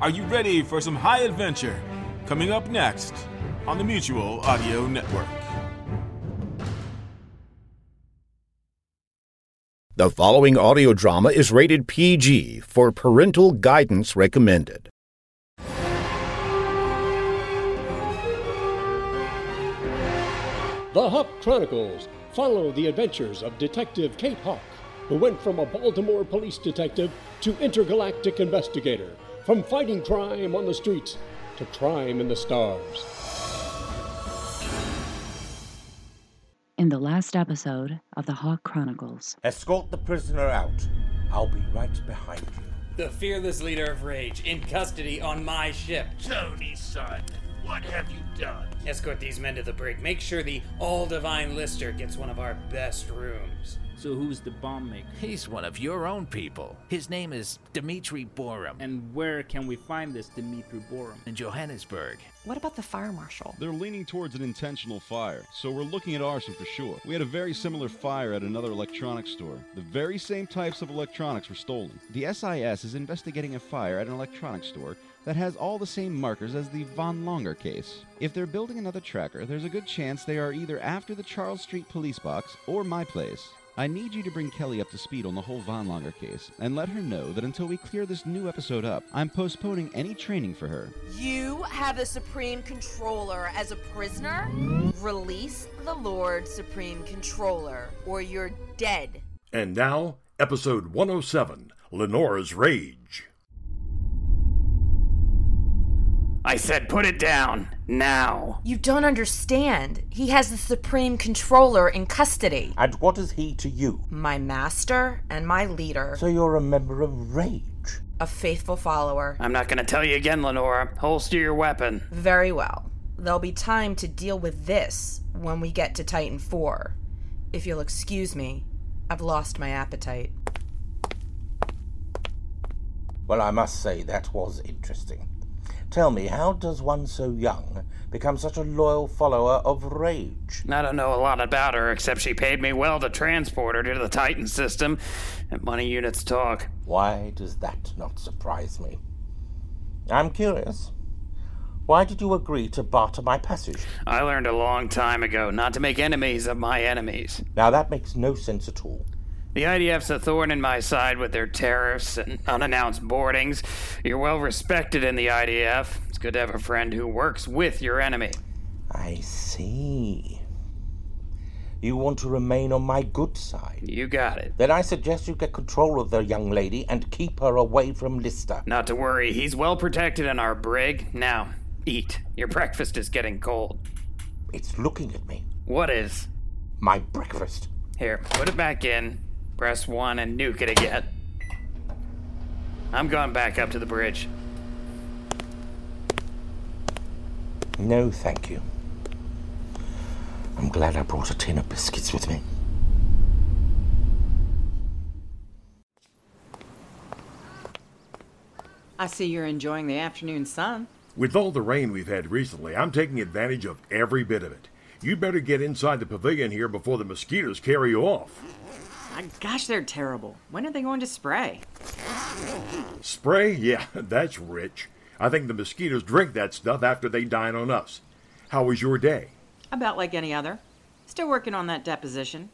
Are you ready for some high adventure? Coming up next on the Mutual Audio Network. The following audio drama is rated PG for parental guidance recommended. The Hawk Chronicles follow the adventures of Detective Kate Hawk, who went from a Baltimore police detective to intergalactic investigator, from fighting crime on the streets to crime in the stars. In the last episode of the Hawk Chronicles, Escort the prisoner out. I'll be right behind you. The fearless leader of rage in custody on my ship. Tony, son, what have you done? Escort these men to the brig. Make sure the all divine lister gets one of our best rooms. So who's the bomb maker? He's one of your own people. His name is Dmitri Borum And where can we find this Dimitri Borum? in Johannesburg. What about the fire marshal? They're leaning towards an intentional fire, so we're looking at arson for sure. We had a very similar fire at another electronics store. The very same types of electronics were stolen. The SIS is investigating a fire at an electronics store that has all the same markers as the Von Longer case. If they're building another tracker, there's a good chance they are either after the Charles Street police box or my place. I need you to bring Kelly up to speed on the whole Von Longer case and let her know that until we clear this new episode up, I'm postponing any training for her. You have the Supreme Controller as a prisoner? Release the Lord Supreme Controller, or you're dead. And now, episode 107 Lenora's Rage. I said put it down, now. You don't understand. He has the Supreme Controller in custody. And what is he to you? My master and my leader, So you're a member of Rage. a faithful follower. I'm not gonna tell you again, Lenora. Holster your weapon. Very well. There'll be time to deal with this when we get to Titan 4. If you'll excuse me, I've lost my appetite. Well, I must say that was interesting. Tell me, how does one so young become such a loyal follower of Rage? I don't know a lot about her, except she paid me well to transport her to the Titan system. And money units talk. Why does that not surprise me? I'm curious. Why did you agree to barter my passage? I learned a long time ago not to make enemies of my enemies. Now that makes no sense at all. The IDF's a thorn in my side with their tariffs and unannounced boardings. You're well respected in the IDF. It's good to have a friend who works with your enemy. I see. You want to remain on my good side. You got it. Then I suggest you get control of the young lady and keep her away from Lister. Not to worry, he's well protected in our brig. Now, eat. Your breakfast is getting cold. It's looking at me. What is? My breakfast. Here, put it back in. Press one and nuke it again. I'm going back up to the bridge. No, thank you. I'm glad I brought a tin of biscuits with me. I see you're enjoying the afternoon sun. With all the rain we've had recently, I'm taking advantage of every bit of it. You better get inside the pavilion here before the mosquitoes carry you off. Gosh, they're terrible. When are they going to spray? Spray? Yeah, that's rich. I think the mosquitoes drink that stuff after they dine on us. How was your day? About like any other. Still working on that deposition.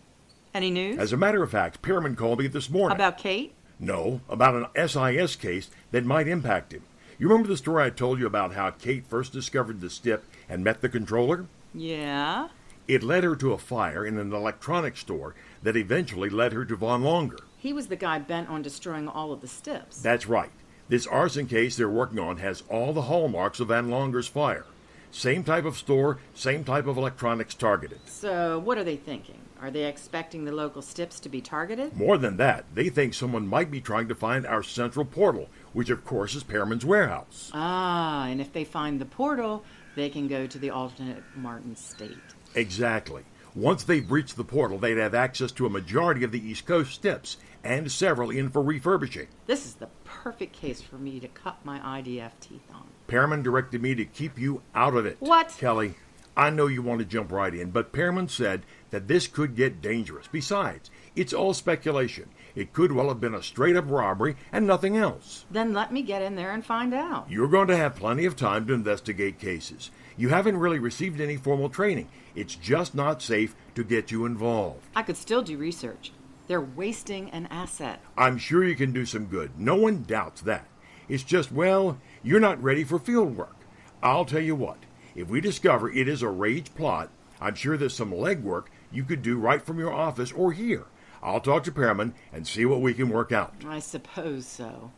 Any news? As a matter of fact, Pearman called me this morning. About Kate? No, about an SIS case that might impact him. You remember the story I told you about how Kate first discovered the STIP and met the controller? Yeah. It led her to a fire in an electronics store that eventually led her to Von Longer. He was the guy bent on destroying all of the stips. That's right. This arson case they're working on has all the hallmarks of Van Longer's fire. Same type of store, same type of electronics targeted. So, what are they thinking? Are they expecting the local stips to be targeted? More than that, they think someone might be trying to find our central portal, which of course is Pearman's warehouse. Ah, and if they find the portal, they can go to the alternate Martin state. Exactly. Once they've reached the portal, they'd have access to a majority of the East Coast steps and several in for refurbishing. This is the perfect case for me to cut my IDF teeth on. Pearman directed me to keep you out of it. What? Kelly, I know you want to jump right in, but Pearman said that this could get dangerous. Besides, it's all speculation. It could well have been a straight up robbery and nothing else. Then let me get in there and find out. You're going to have plenty of time to investigate cases. You haven't really received any formal training. It's just not safe to get you involved. I could still do research. They're wasting an asset. I'm sure you can do some good. No one doubts that. It's just, well, you're not ready for field work. I'll tell you what, if we discover it is a rage plot, I'm sure there's some legwork you could do right from your office or here. I'll talk to Pearman and see what we can work out. I suppose so.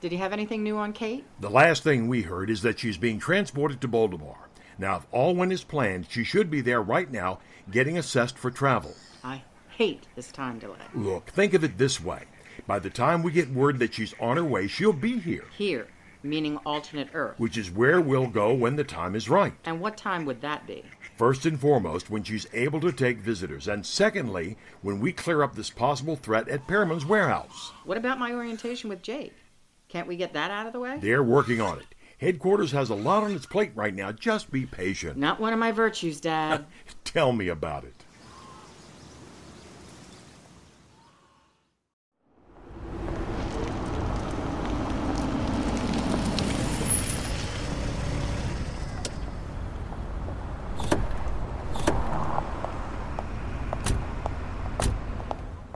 Did he have anything new on Kate? The last thing we heard is that she's being transported to Baltimore. Now, if all went as planned, she should be there right now getting assessed for travel. I hate this time delay. Look, think of it this way. By the time we get word that she's on her way, she'll be here, Here, meaning alternate Earth. which is where we'll go when the time is right. And what time would that be? First and foremost, when she's able to take visitors, and secondly, when we clear up this possible threat at Perriman's warehouse. What about my orientation with Jake? Can't we get that out of the way? They're working on it. Headquarters has a lot on its plate right now. Just be patient. Not one of my virtues, Dad. Tell me about it.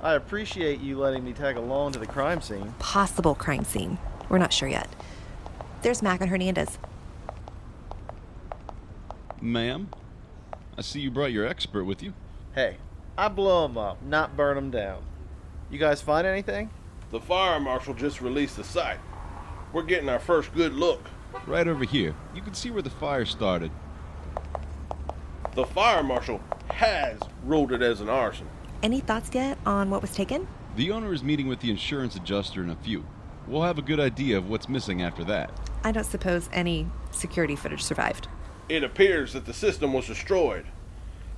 I appreciate you letting me tag along to the crime scene. possible crime scene. We're not sure yet. There's Mac and Hernandez. Ma'am, I see you brought your expert with you. Hey, I blow 'em up, not burn 'em down. You guys find anything? The fire marshal just released the site. We're getting our first good look. Right over here. You can see where the fire started. The fire marshal has ruled it as an arson. Any thoughts yet on what was taken? The owner is meeting with the insurance adjuster in a few. We'll have a good idea of what's missing after that. I don't suppose any security footage survived. It appears that the system was destroyed,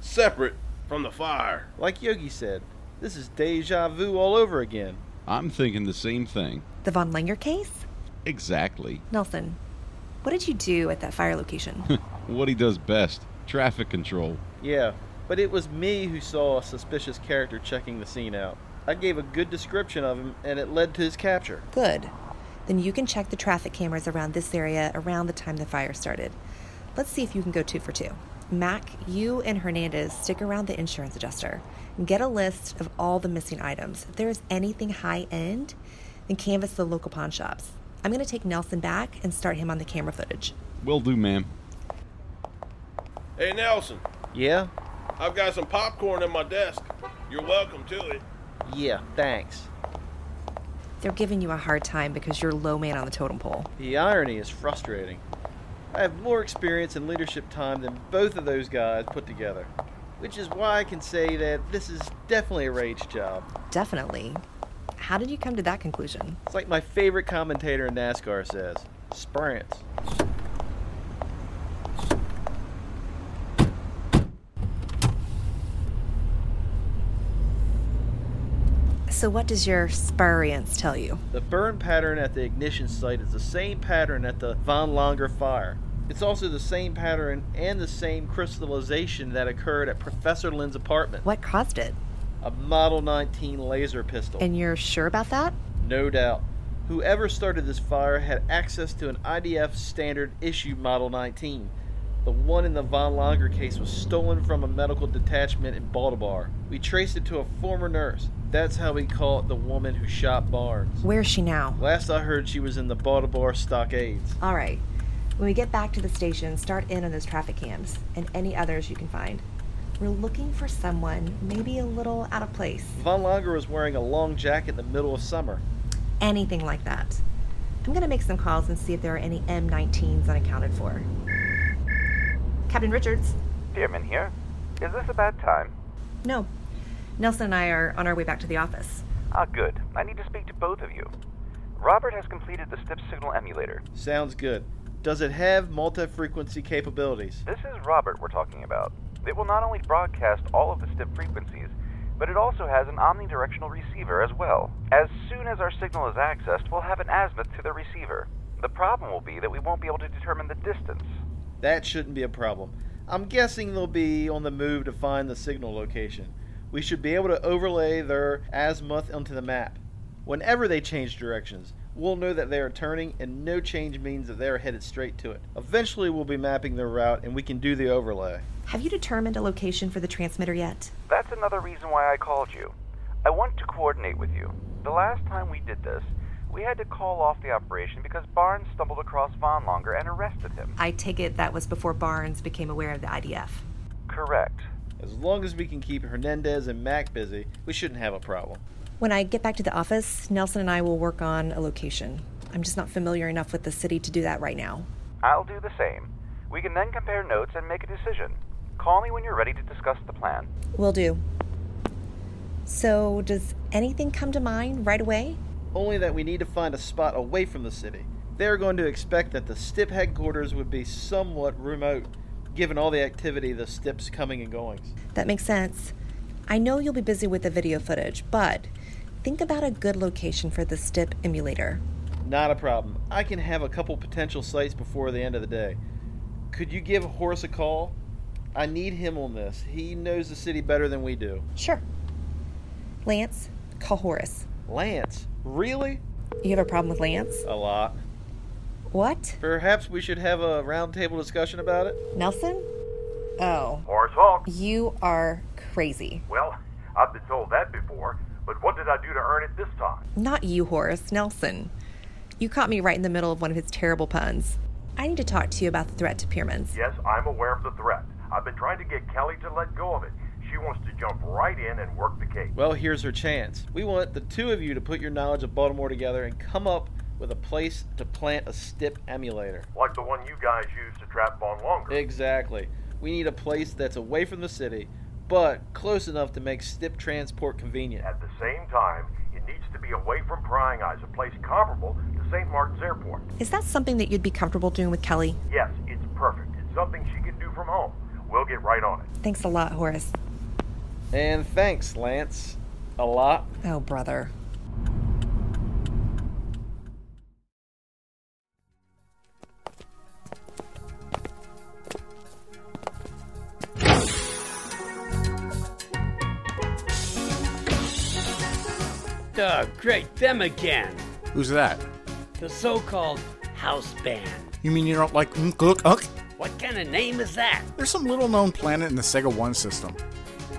separate from the fire. Like Yogi said, this is deja vu all over again. I'm thinking the same thing. The Von Langer case? Exactly. Nelson, what did you do at that fire location? What he does best traffic control. Yeah, but it was me who saw a suspicious character checking the scene out. I gave a good description of him, and it led to his capture. Good. Then you can check the traffic cameras around this area around the time the fire started. Let's see if you can go two for two. Mac, you and Hernandez stick around the insurance adjuster and get a list of all the missing items. If there is anything high end, then canvass the local pawn shops. I'm going to take Nelson back and start him on the camera footage. Will do, ma'am. Hey, Nelson, Yeah? I've got some popcorn in my desk. You're welcome to it. Yeah, thanks. They're giving you a hard time because you're low man on the totem pole. The irony is frustrating. I have more experience and leadership time than both of those guys put together, which is why I can say that this is definitely a rage job. Definitely. How did you come to that conclusion? It's like my favorite commentator in NASCAR says sprints. So, what does your spuriance tell you? The burn pattern at the ignition site is the same pattern at the Von Langer fire. It's also the same pattern and the same crystallization that occurred at Professor Lynn's apartment. What caused it? A Model 19 laser pistol. And you're sure about that? No doubt. Whoever started this fire had access to an IDF standard issue Model 19. The one in the Von Langer case was stolen from a medical detachment in Baltimore. We traced it to a former nurse. That's how we caught the woman who shot Barnes. Where is she now? Last I heard, she was in the Baltimore Stockades. All right. When we get back to the station, start in on those traffic cams and any others you can find. We're looking for someone maybe a little out of place, Von Langer was wearing a long jacket in the middle of summer. anything like that. I'm going to make some calls and see if there are any M19s unaccounted for. Captain Richards? Dearman here. Is this a bad time? No. Nelson and I are on our way back to the office. Ah, good. I need to speak to both of you. Robert has completed the STIP signal emulator. Sounds good. Does it have multi frequency capabilities? This is Robert we're talking about. It will not only broadcast all of the STIP frequencies, but it also has an omnidirectional receiver as well. As soon as our signal is accessed, we'll have an azimuth to the receiver. The problem will be that we won't be able to determine the distance. That shouldn't be a problem. I'm guessing they'll be on the move to find the signal location. We should be able to overlay their azimuth onto the map. Whenever they change directions, we'll know that they are turning, and no change means that they are headed straight to it. Eventually, we'll be mapping their route, and we can do the overlay. Have you determined a location for the transmitter yet? That's another reason why I called you. I want to coordinate with you. The last time we did this, we had to call off the operation because Barnes stumbled across Von Longer and arrested him. I take it that was before Barnes became aware of the IDF. Correct. As long as we can keep Hernandez and Mac busy, we shouldn't have a problem. When I get back to the office, Nelson and I will work on a location. I'm just not familiar enough with the city to do that right now. I'll do the same. We can then compare notes and make a decision. Call me when you're ready to discuss the plan. Will do. So, does anything come to mind right away? Only that we need to find a spot away from the city. They're going to expect that the STIP headquarters would be somewhat remote, given all the activity the STIP's coming and goings. That makes sense. I know you'll be busy with the video footage, but think about a good location for the STIP emulator. Not a problem. I can have a couple potential sites before the end of the day. Could you give Horace a call? I need him on this. He knows the city better than we do. Sure. Lance, call Horace. Lance? Really? You have a problem with Lance? A lot. What? Perhaps we should have a roundtable discussion about it? Nelson? Oh. Horace Hawk. You are crazy. Well, I've been told that before, but what did I do to earn it this time? Not you, Horace, Nelson. You caught me right in the middle of one of his terrible puns. I need to talk to you about the threat to Pierman's. Yes, I'm aware of the threat. I've been trying to get Kelly to let go of it. She wants to jump right in and work the case. Well, here's her chance. We want the two of you to put your knowledge of Baltimore together and come up with a place to plant a STIP emulator. Like the one you guys used to trap Von Longer. Exactly. We need a place that's away from the city, but close enough to make STIP transport convenient. At the same time, it needs to be away from prying eyes, a place comparable to St. Martin's Airport. Is that something that you'd be comfortable doing with Kelly? Yes, it's perfect. It's something she can do from home. We'll get right on it. Thanks a lot, Horace. And thanks, Lance. A lot. Oh, brother. Oh, great, them again. Who's that? The so called house band. You mean you don't like mm, Look Unk? What kind of name is that? There's some little known planet in the Sega 1 system.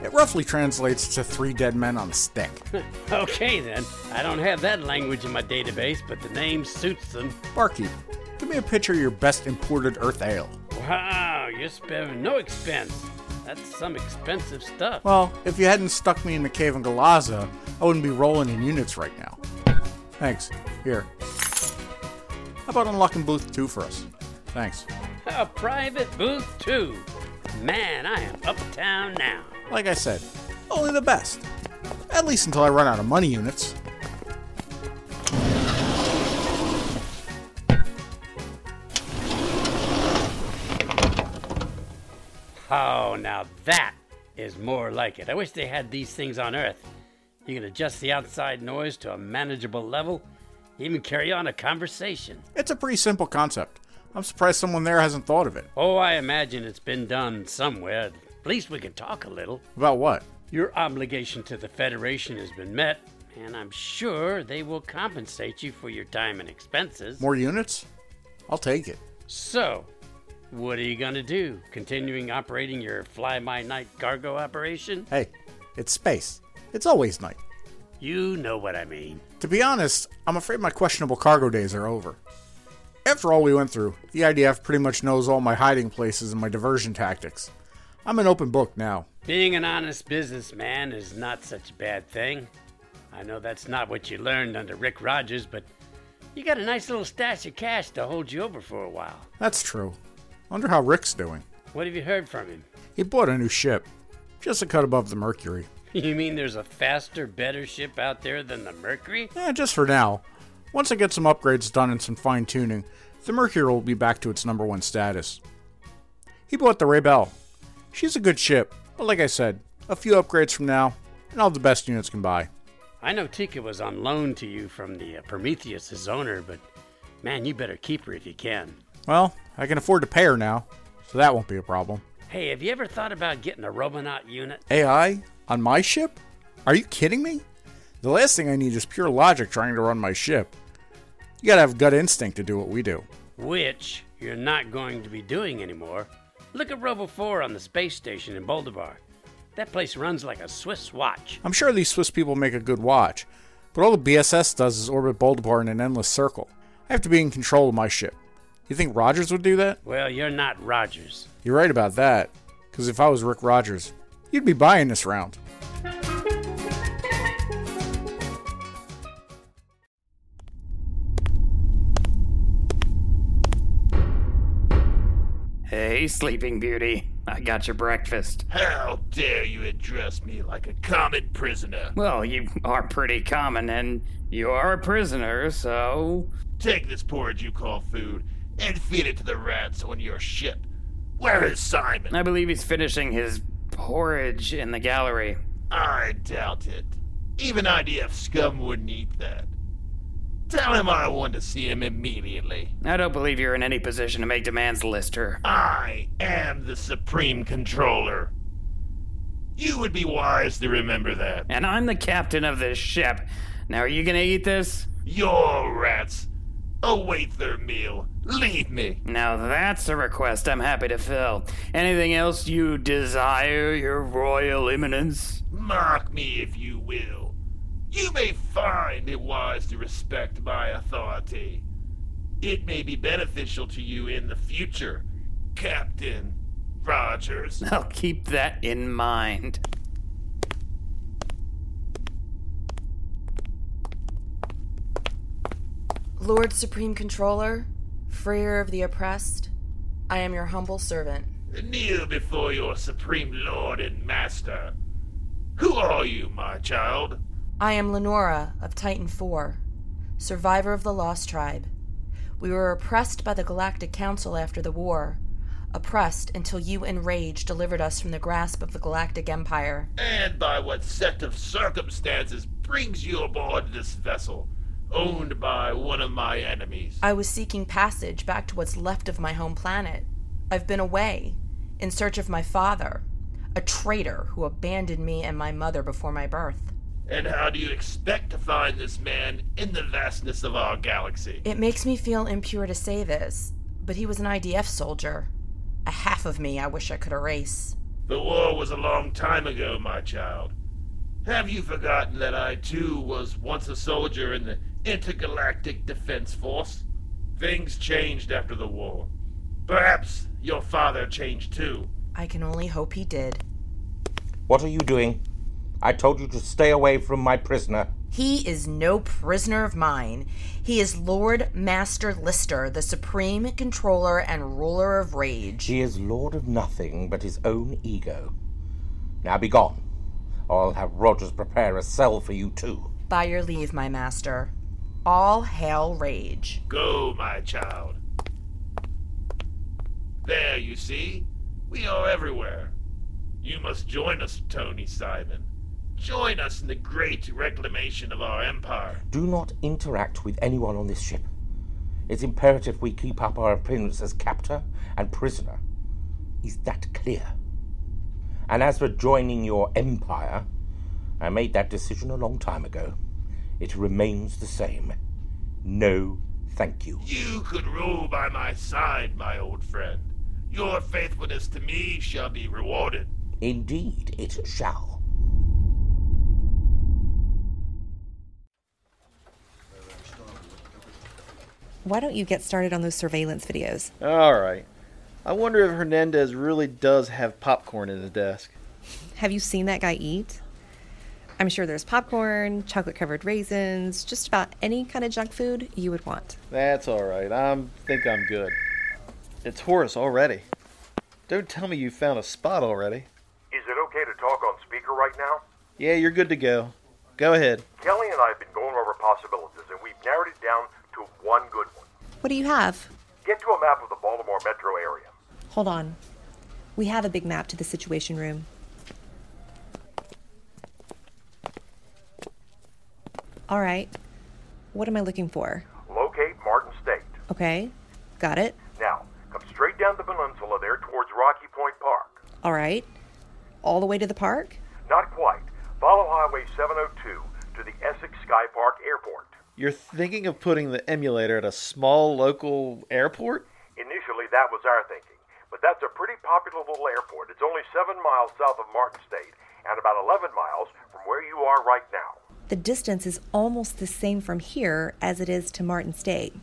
It roughly translates to three dead men on a stick. okay then, I don't have that language in my database, but the name suits them. Barkeep, give me a picture of your best imported Earth ale. Wow, you're sparing no expense. That's some expensive stuff. Well, if you hadn't stuck me in the cave in Galaza, I wouldn't be rolling in units right now. Thanks. Here. How about unlocking booth two for us? Thanks. A private booth two. Man, I am uptown now. Like I said, only the best. At least until I run out of money units. Oh, now that is more like it. I wish they had these things on Earth. You can adjust the outside noise to a manageable level, even carry on a conversation. It's a pretty simple concept. I'm surprised someone there hasn't thought of it. Oh, I imagine it's been done somewhere. At least we can talk a little. About what? Your obligation to the Federation has been met, and I'm sure they will compensate you for your time and expenses. More units? I'll take it. So, what are you gonna do? Continuing operating your fly by night cargo operation? Hey, it's space. It's always night. You know what I mean. To be honest, I'm afraid my questionable cargo days are over. After all we went through, the IDF pretty much knows all my hiding places and my diversion tactics. I'm an open book now. Being an honest businessman is not such a bad thing. I know that's not what you learned under Rick Rogers, but you got a nice little stash of cash to hold you over for a while. That's true. Wonder how Rick's doing. What have you heard from him? He bought a new ship, just a cut above the Mercury. You mean there's a faster, better ship out there than the Mercury? Yeah, Eh, just for now. Once I get some upgrades done and some fine tuning, the Mercury will be back to its number one status. He bought the Raybel. She's a good ship, but like I said, a few upgrades from now, and all the best units can buy. I know Tika was on loan to you from the uh, Prometheus' owner, but man, you better keep her if you can. Well, I can afford to pay her now. so that won't be a problem. Hey, have you ever thought about getting a Robonaut unit? AI on my ship? Are you kidding me? The last thing I need is pure logic trying to run my ship. You gotta have gut instinct to do what we do. Which you're not going to be doing anymore. Look at Robo 4 on the space station in Boldivar. That place runs like a Swiss watch. I'm sure these Swiss people make a good watch, but all the BSS does is orbit Boldivar in an endless circle. I have to be in control of my ship. You think Rogers would do that? Well, you're not Rogers. You're right about that, because if I was Rick Rogers, you'd be buying this round. Hey, Sleeping Beauty, I got your breakfast. How dare you address me like a common prisoner? Well, you are pretty common, and you are a prisoner, so. Take this porridge you call food and feed it to the rats on your ship. Where is Simon? I believe he's finishing his porridge in the gallery. I doubt it. Even IDF scum wouldn't eat that. Tell him I want to see him immediately. I don't believe you're in any position to make demands, Lister. I am the Supreme Controller. You would be wise to remember that. And I'm the captain of this ship. Now, are you gonna eat this? Your rats await their meal. Leave me. Now that's a request I'm happy to fill. Anything else you desire, your royal eminence? Mock me if you will. You may find it wise to respect my authority. It may be beneficial to you in the future, Captain Rogers. I'll keep that in mind. Lord Supreme Controller, freer of the oppressed, I am your humble servant. Kneel before your Supreme Lord and Master. Who are you, my child? I am Lenora of Titan IV, survivor of the Lost Tribe. We were oppressed by the Galactic Council after the war, oppressed until you in rage delivered us from the grasp of the Galactic Empire. And by what set of circumstances brings you aboard this vessel? owned by one of my enemies. I was seeking passage back to what's left of my home planet. I've been away, in search of my father, a traitor who abandoned me and my mother before my birth. And how do you expect to find this man in the vastness of our galaxy? It makes me feel impure to say this, but he was an IDF soldier. A half of me I wish I could erase. The war was a long time ago, my child. Have you forgotten that I too was once a soldier in the Intergalactic Defense Force. Things changed after the war. Perhaps your father changed too. I can only hope he did. What are you doing? I told you to stay away from my prisoner. He is no prisoner of mine. He is Lord Master Lister, the Supreme Controller and Ruler of Rage. He is Lord of nothing but his own ego. Now be gone, or I'll have Rogers prepare a cell for you too. By your leave, my master. All hail rage. Go, my child. There, you see? We are everywhere. You must join us, Tony Simon. Join us in the great reclamation of our empire. Do not interact with anyone on this ship. It's imperative we keep up our appearance as captor and prisoner. Is that clear? And as for joining your empire, I made that decision a long time ago it remains the same. No, thank you. You could rule by my side, my old friend. Your faithfulness to me shall be rewarded. Indeed, it shall. Why don't you get started on those surveillance videos? All right. I wonder if Hernandez really does have popcorn in his desk. Have you seen that guy eat? I'm sure there's popcorn, chocolate covered raisins, just about any kind of junk food you would want. That's all right. I think I'm good. It's Horace already. Don't tell me you found a spot already. Is it okay to talk on speaker right now? Yeah, you're good to go. Go ahead. Kelly and I have been going over possibilities, and we've narrowed it down to one good one. What do you have? Get to a map of the Baltimore metro area. Hold on. We have a big map to the Situation Room. All right. What am I looking for? Locate Martin State. Okay. Got it. Now, come straight down the peninsula middle of there towards Rocky Point Park. All right. All the way to the park? Not quite. Follow Highway 702 to the Essex Sky Park Airport. You're thinking of putting the emulator at a small local airport? Initially, that was our thinking, but that's a pretty popular little airport. It's only seven miles south of Martin State and about 11 miles from where you are right now. The distance is almost the same from here as it is to Martin State.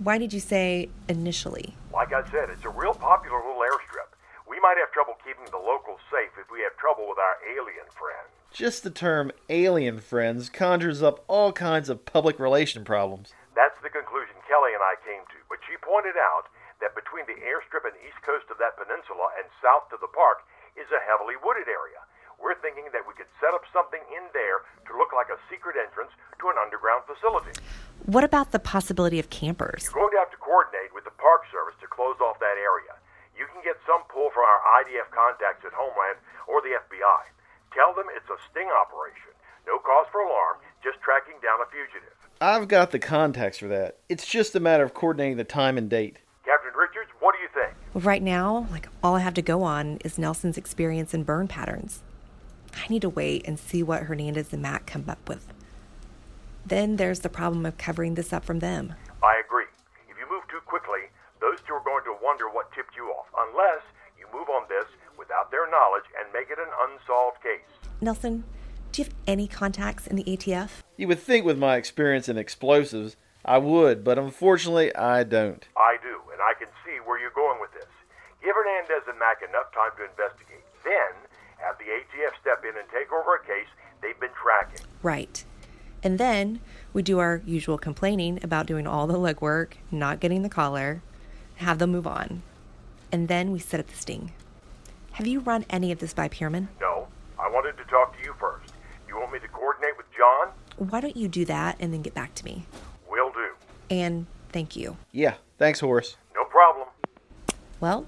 Why did you say initially? Like I said, it's a real popular little airstrip. We might have trouble keeping the locals safe if we have trouble with our alien friends. Just the term alien friends conjures up all kinds of public relation problems. That's the conclusion Kelly and I came to, but she pointed out that between the airstrip and east coast of that peninsula and south to the park is a heavily wooded area. We're thinking that we could set up something in there to look like a secret entrance to an underground facility. What about the possibility of campers? You're going to have to coordinate with the Park Service to close off that area. You can get some pull from our IDF contacts at Homeland or the FBI. Tell them it's a sting operation. No cause for alarm, just tracking down a fugitive. I've got the contacts for that. It's just a matter of coordinating the time and date. Captain Richards, what do you think? Well, right now, like all I have to go on is Nelson's experience in burn patterns. I need to wait and see what Hernandez and Matt come up with. Then there's the problem of covering this up from them. I agree. If you move too quickly, those two are going to wonder what tipped you off, unless you move on this without their knowledge and make it an unsolved case. Nelson, do you have any contacts in the ATF? You would think, with my experience in explosives, I would, but unfortunately, I don't. I do, and I can see where you're going with this. Give Hernandez and Mack enough time to investigate. Then, have the ATF step in and take over a case they've been tracking. Right. And then we do our usual complaining about doing all the legwork, not getting the collar, have them move on. And then we set up the sting. Have you run any of this by Pierman? No, I wanted to talk to you first. You want me to coordinate with John? Why don't you do that and then get back to me? Will do. And thank you. Yeah, thanks, Horace. No problem. Well,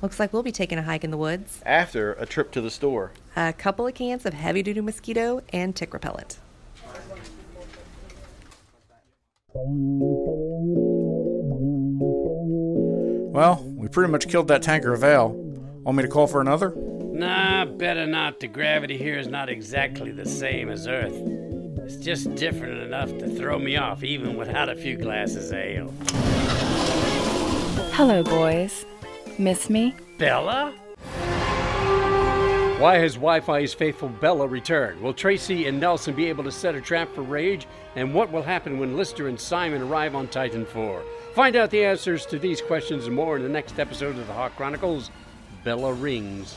looks like we'll be taking a hike in the woods. After a trip to the store. A couple of cans of heavy duty mosquito and tick repellent. Well, we pretty much killed that tanker of ale. Want me to call for another? Nah, better not. The gravity here is not exactly the same as Earth. It's just different enough to throw me off, even without a few glasses of ale. Hello, boys. Miss me? Bella? Why has Wi Fi's faithful Bella returned? Will Tracy and Nelson be able to set a trap for Rage? And what will happen when Lister and Simon arrive on Titan 4? Find out the answers to these questions and more in the next episode of the Hawk Chronicles Bella Rings.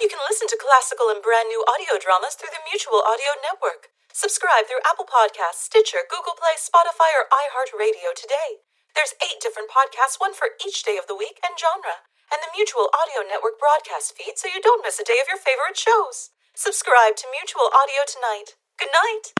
You can listen to classical and brand new audio dramas through the Mutual Audio Network. Subscribe through Apple Podcasts, Stitcher, Google Play, Spotify, or iHeartRadio today. There's eight different podcasts, one for each day of the week and genre, and the Mutual Audio Network broadcast feed so you don't miss a day of your favorite shows. Subscribe to Mutual Audio tonight. Good night.